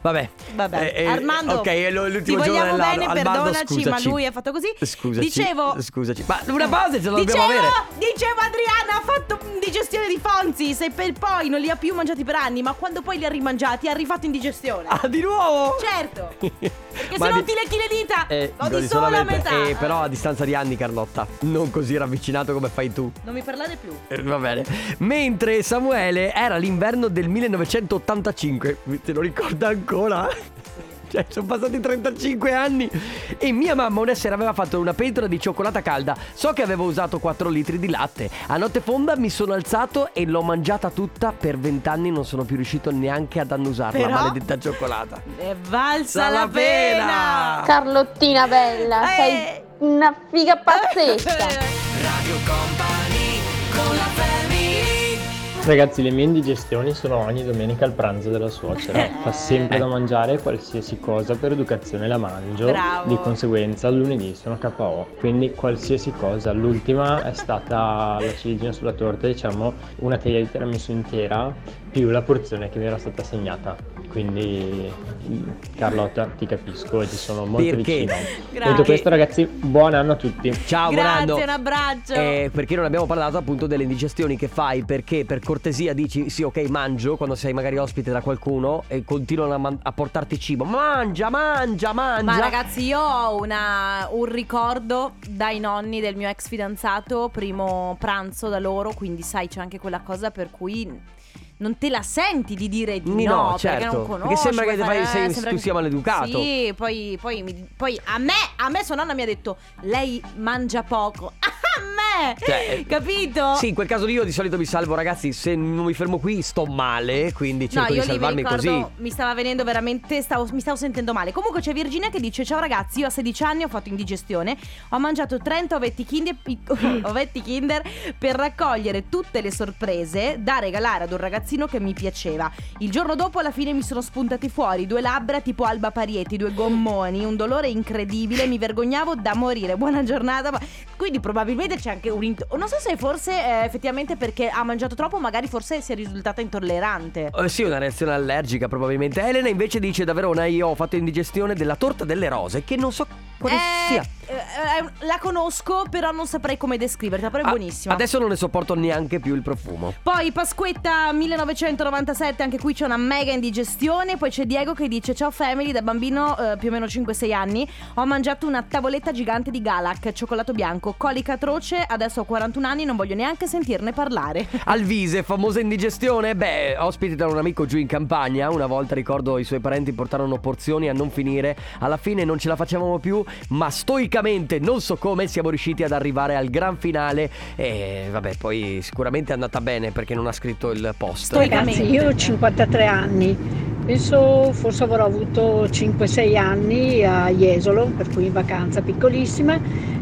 Speaker 1: Vabbè.
Speaker 2: Vabbè,
Speaker 1: Eh, eh,
Speaker 2: Armando,
Speaker 1: ok, è lo-
Speaker 2: ti
Speaker 1: l'ultimo giorno
Speaker 2: vogliamo
Speaker 1: dell'anno.
Speaker 2: bene,
Speaker 1: Armando,
Speaker 2: perdonaci, ma
Speaker 1: scusaci.
Speaker 2: lui ha fatto così.
Speaker 1: Scusaci.
Speaker 2: Dicevo,
Speaker 1: Scusaci. Ma una base ce la dobbiamo
Speaker 2: dicevo,
Speaker 1: avere.
Speaker 2: Dicevo Adriana ha fatto indigestione di Fonzi Se per poi non li ha più mangiati per anni Ma quando poi li ha rimangiati ha rifatto
Speaker 1: <laughs>
Speaker 2: indigestione
Speaker 1: Ah, di Ah, nuovo?
Speaker 2: Certo Cioè, Che
Speaker 1: Ma
Speaker 2: se non
Speaker 1: di-
Speaker 2: ti lecchi le dita,
Speaker 1: Eh,
Speaker 2: ho
Speaker 1: dico,
Speaker 2: di solo la
Speaker 1: solamente-
Speaker 2: metà.
Speaker 1: eh, però a distanza di anni, Carlotta. Non così ravvicinato come fai tu.
Speaker 2: Non mi parlare più.
Speaker 1: Eh, Va bene. Mentre Samuele era l'inverno del 1985, te lo ricorda ancora? <laughs> Cioè, sono passati 35 anni e mia mamma un essere aveva fatto una pentola di cioccolata calda. So che avevo usato 4 litri di latte. A notte fonda mi sono alzato e l'ho mangiata tutta. Per 20 anni non sono più riuscito neanche ad annusarla,
Speaker 2: Però-
Speaker 1: maledetta cioccolata.
Speaker 2: È valsa
Speaker 1: Sa
Speaker 2: la,
Speaker 1: la pena.
Speaker 14: Carlottina bella, sei una figa pazzesca.
Speaker 15: Ragazzi, le mie indigestioni sono ogni domenica al pranzo della suocera. Fa sempre da mangiare qualsiasi cosa, per educazione la mangio.
Speaker 16: Bravo.
Speaker 15: Di conseguenza, al lunedì sono KO. Quindi, qualsiasi cosa. L'ultima è stata la ciliegina sulla torta, diciamo, una teglia di tiramisù intera più la porzione che mi era stata assegnata. Quindi, Carlotta, ti capisco e ti sono molto
Speaker 1: Perché?
Speaker 15: vicino.
Speaker 1: Grazie.
Speaker 15: Detto questo, ragazzi, buon anno a tutti.
Speaker 1: Ciao, buon anno.
Speaker 2: Grazie, un abbraccio.
Speaker 1: Eh, perché non abbiamo parlato appunto delle indigestioni che fai perché per cortesia dici sì ok mangio quando sei magari ospite da qualcuno e continuano a, man- a portarti cibo mangia mangia mangia
Speaker 2: <laughs> Ma ragazzi, io ho una- un ricordo dai nonni del mio ex fidanzato, primo pranzo da loro, quindi sai c'è anche quella cosa per cui non te la senti di dire di
Speaker 1: Di
Speaker 2: no,
Speaker 1: no,
Speaker 2: perché
Speaker 1: certo,
Speaker 2: non conosci.
Speaker 1: perché sembra che
Speaker 2: vuoi
Speaker 1: fai-
Speaker 2: fare- eh,
Speaker 1: sei- tu sia maleducato.
Speaker 2: Sì, poi, poi mi- poi a me, a me sua nonna mi ha detto lei mangia poco. <laughs> A me!
Speaker 1: Cioè,
Speaker 2: Capito?
Speaker 1: sì in quel caso lì io di solito mi salvo ragazzi se non mi fermo qui sto male quindi cerco
Speaker 2: no,
Speaker 1: di
Speaker 2: io lì vi
Speaker 1: salvarmi
Speaker 2: ricordo,
Speaker 1: così
Speaker 2: Mi stava venendo veramente, stavo- mi stavo sentendo male. Comunque c'è Virginia che dice: Ciao ragazzi, io a 16 anni ho fatto indigestione. Ho mangiato 30 ovetti kinder, pic- <laughs> ovetti kinder per raccogliere tutte le sorprese da regalare ad un ragazzino che mi piaceva. Il giorno dopo, alla fine, mi sono spuntati fuori due labbra tipo Alba Parieti, due gommoni, un dolore incredibile. Mi vergognavo da morire. Buona giornata. ma- Quindi probabilmente c'è anche un. int- non so se forse eh, effettivamente perché ha mangiato troppo, magari forse si è risultata intollerante.
Speaker 1: Eh, sì, una reazione allergica probabilmente. Elena invece dice da Verona io ho fatto indigestione della torta delle rose che non so quale
Speaker 2: Eh,
Speaker 1: sia.
Speaker 2: eh, eh, la conosco, però non saprei come descriverla, però è
Speaker 1: Ah,
Speaker 2: buonissima.
Speaker 1: Adesso non ne sopporto neanche più il profumo.
Speaker 2: Poi Pasquetta 1997, anche qui c'è una mega indigestione. Poi c'è Diego che dice: Ciao family, da bambino eh, più o meno 5-6 anni ho mangiato una tavoletta gigante di Galac, cioccolato bianco, colica atroce. Adesso ho 41 anni e non voglio neanche sentirne parlare.
Speaker 1: Alvise, famosa indigestione? Beh, ospite da un amico giù in campagna. Una volta ricordo i suoi parenti portarono porzioni a non finire. Alla fine non ce la facevamo più, ma stoicamente, non so come, siamo riusciti ad arrivare al gran finale. E vabbè, poi sicuramente è andata bene perché non ha scritto il post.
Speaker 17: Ragazzi, io ho 53 anni, penso forse avrò avuto 5-6 anni a Jesolo, per cui in vacanza piccolissima,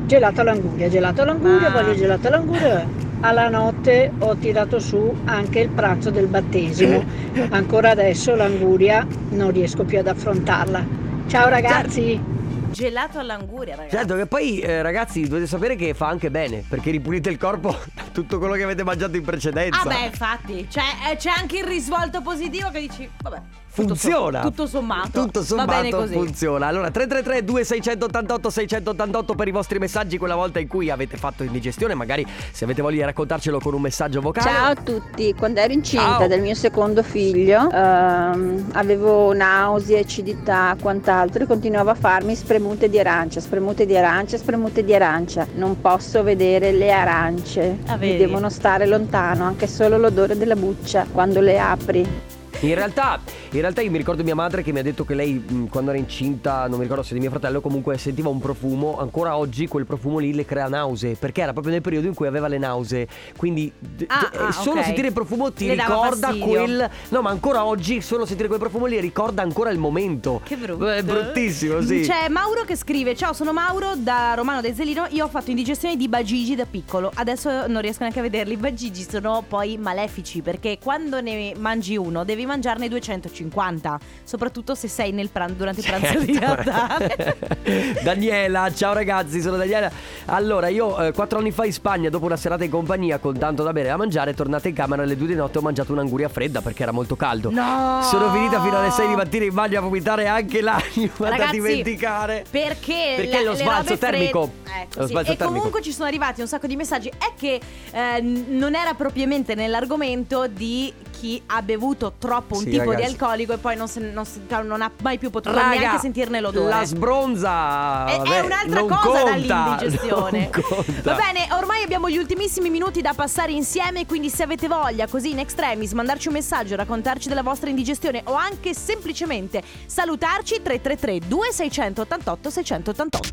Speaker 17: gelato all'anguria, gelato all'anguria,
Speaker 18: Ah.
Speaker 17: voglio gelato all'anguria. Alla notte ho tirato su anche il pranzo del battesimo. Ancora adesso l'anguria non riesco più ad affrontarla. Ciao ragazzi!
Speaker 2: Gelato all'anguria, ragazzi.
Speaker 1: Certo che poi eh, ragazzi dovete sapere che fa anche bene perché ripulite il corpo <laughs> da tutto quello che avete mangiato in precedenza.
Speaker 2: Ah beh, infatti, cioè, eh, c'è anche il risvolto positivo che dici, vabbè, tutto
Speaker 1: Funziona.
Speaker 2: so- tutto sommato,
Speaker 1: Tutto
Speaker 2: va bene
Speaker 1: sommato
Speaker 2: così.
Speaker 1: funziona. Allora 333 2688 688 per i vostri messaggi quella volta in cui avete fatto indigestione, magari se avete voglia di raccontarcelo con un messaggio vocale.
Speaker 19: Ciao a tutti, quando ero incinta
Speaker 1: Ciao.
Speaker 19: del mio secondo figlio ehm, avevo nausea, acidità, quant'altro e continuavo a farmi spremute di arancia, spremute di arancia, spremute di arancia. Non posso vedere le arance,
Speaker 2: Ah,
Speaker 19: mi
Speaker 2: vedi?
Speaker 19: devono stare lontano, anche solo l'odore della buccia quando le apri.
Speaker 1: In realtà, in realtà io mi ricordo mia madre che mi ha detto che lei mh, quando era incinta, non mi ricordo se di mio fratello, comunque sentiva un profumo, ancora oggi quel profumo lì le crea nausee, perché era proprio nel periodo in cui aveva le nausee. Quindi d-
Speaker 2: Ah,
Speaker 1: d-
Speaker 2: ah,
Speaker 1: solo
Speaker 2: ok.
Speaker 1: sentire il profumo ti
Speaker 2: Le dava
Speaker 1: ricorda
Speaker 2: fastidio.
Speaker 1: quel No, ma ancora oggi solo sentire quel profumo lì ricorda ancora il momento.
Speaker 2: Che brutto.
Speaker 1: È bruttissimo, sì.
Speaker 2: C'è Mauro che scrive: Ciao, sono Mauro da Romano Dezelino. Io ho fatto indigestione di bagigi da piccolo. Adesso non riesco neanche a vederli. I bagigi sono poi malefici perché quando ne mangi uno devi mangiarne 250. Soprattutto se sei nel pran- durante il pranzo di
Speaker 1: <laughs>
Speaker 2: Natale.
Speaker 1: Certo. Daniela, ciao ragazzi, sono Daniela. Allora, io eh, quattro anni fa in Spagna, dopo una serata in compagnia con tanto da bere e da mangiare, tornata in camera alle due di notte ho mangiato un'anguria fredda perché era molto caldo.
Speaker 2: No!
Speaker 1: Sono finita fino alle 6 di mattina in bagno a vomitare anche l'anima da <laughs>
Speaker 2: Ragazzi,
Speaker 1: dimenticare.
Speaker 2: Perché,
Speaker 1: Perché
Speaker 2: la-
Speaker 1: lo
Speaker 2: le
Speaker 1: sbalzo
Speaker 2: robe fred-
Speaker 1: termico.
Speaker 2: Eh, Ecco,
Speaker 1: Lo
Speaker 2: sì.
Speaker 1: sbalzo
Speaker 2: E
Speaker 1: termico.
Speaker 2: comunque ci sono arrivati un sacco di messaggi. È che eh, n- non era propriamente nell'argomento di chi ha bevuto troppo un
Speaker 1: Sì,
Speaker 2: tipo di
Speaker 1: ragazzi.
Speaker 2: alcolico e poi non, se- non se- non ha mai più potuto
Speaker 1: Raga,
Speaker 2: neanche sentirne l'odore.
Speaker 1: La sbronza
Speaker 2: E- è
Speaker 1: vabbè,
Speaker 2: un'altra
Speaker 1: non
Speaker 2: cosa
Speaker 1: conta,
Speaker 2: dall'indigestione.
Speaker 1: <laughs> non conta.
Speaker 2: Va bene, ormai abbiamo gli ultimissimi minuti da passare insieme, quindi se avete voglia, così in extremis, mandarci un messaggio, raccontarci della vostra indigestione o anche semplicemente salutarci 333 2688 688.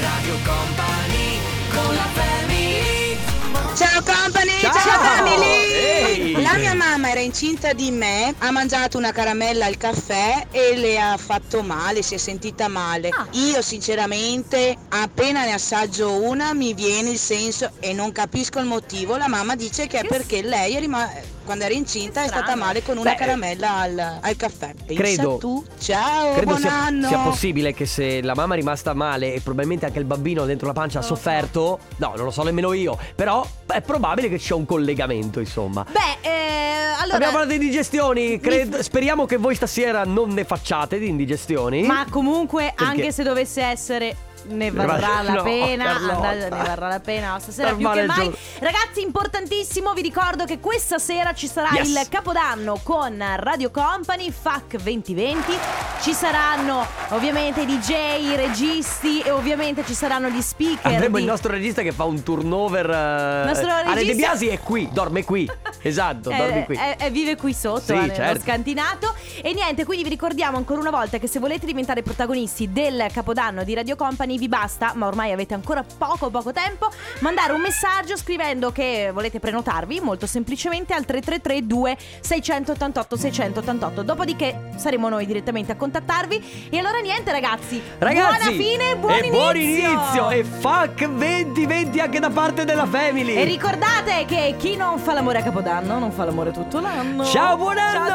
Speaker 3: Radio Company con la family.
Speaker 16: Ciao company, ciao,
Speaker 3: Ciao!
Speaker 16: family!
Speaker 3: Ehi!
Speaker 16: La mia mamma era incinta di me, ha mangiato una caramella al caffè e le ha fatto male, si è sentita male. Io sinceramente appena ne assaggio una mi viene il senso e non capisco il motivo. La mamma dice che è perché lei è rima- quando era incinta è stata male con una
Speaker 1: Beh, eh.
Speaker 16: caramella al, al caffè. Pensa
Speaker 1: credo-
Speaker 16: tu. Ciao,
Speaker 1: Credo
Speaker 16: buon
Speaker 1: sia,
Speaker 16: anno.
Speaker 1: sia possibile che se la mamma è rimasta male e probabilmente anche il bambino dentro la
Speaker 2: Oh,
Speaker 1: pancia ha sofferto, no, non lo so nemmeno io, però è probabile che ci sia un collegamento, insomma.
Speaker 2: Beh, eh, allora
Speaker 1: Abbiamo parlato di indigestioni, cred- speriamo che voi stasera non ne facciate di indigestioni.
Speaker 2: Ma comunque,
Speaker 1: Perché?
Speaker 2: anche se dovesse essere.
Speaker 1: Ne
Speaker 2: Ne varrà
Speaker 1: varrà-
Speaker 2: la
Speaker 1: <laughs> no,
Speaker 2: pena,
Speaker 1: Carlotta.
Speaker 2: andate- ne varrà la pena stasera più
Speaker 1: Normale
Speaker 2: che mai.
Speaker 1: gioco.
Speaker 2: Ragazzi, importantissimo, vi ricordo che questa sera ci sarà
Speaker 1: Yes.
Speaker 2: il Capodanno con Radio Company, FAC 2020. Ci saranno ovviamente i DJ, i registi e ovviamente ci saranno gli speaker.
Speaker 1: Avremo
Speaker 2: di-
Speaker 1: il nostro regista che fa un turnover. eh,
Speaker 2: Nostro
Speaker 1: Ale De
Speaker 2: regista-
Speaker 1: Biasi è qui, dorme
Speaker 2: <laughs>
Speaker 1: qui. Esatto, dorme
Speaker 2: Eh,
Speaker 1: qui.
Speaker 2: eh, eh, vive qui sotto,
Speaker 1: Sì,
Speaker 2: eh, nello
Speaker 1: certo.
Speaker 2: scantinato. E niente, quindi vi ricordiamo ancora una volta che se volete diventare protagonisti del capodanno di Radio Company vi basta, ma ormai avete ancora poco poco tempo, mandare un messaggio scrivendo che volete prenotarvi molto semplicemente al 3332 688 688. Dopodiché saremo noi direttamente a contattarvi. E allora niente ragazzi,
Speaker 1: Ragazzi,
Speaker 2: buona fine e buon
Speaker 1: e
Speaker 2: inizio!
Speaker 1: buon inizio! E fuck 2020 anche da parte della family!
Speaker 2: E ricordate che chi non fa l'amore a Capodanno non fa l'amore tutto l'anno.
Speaker 1: Ciao, buon anno!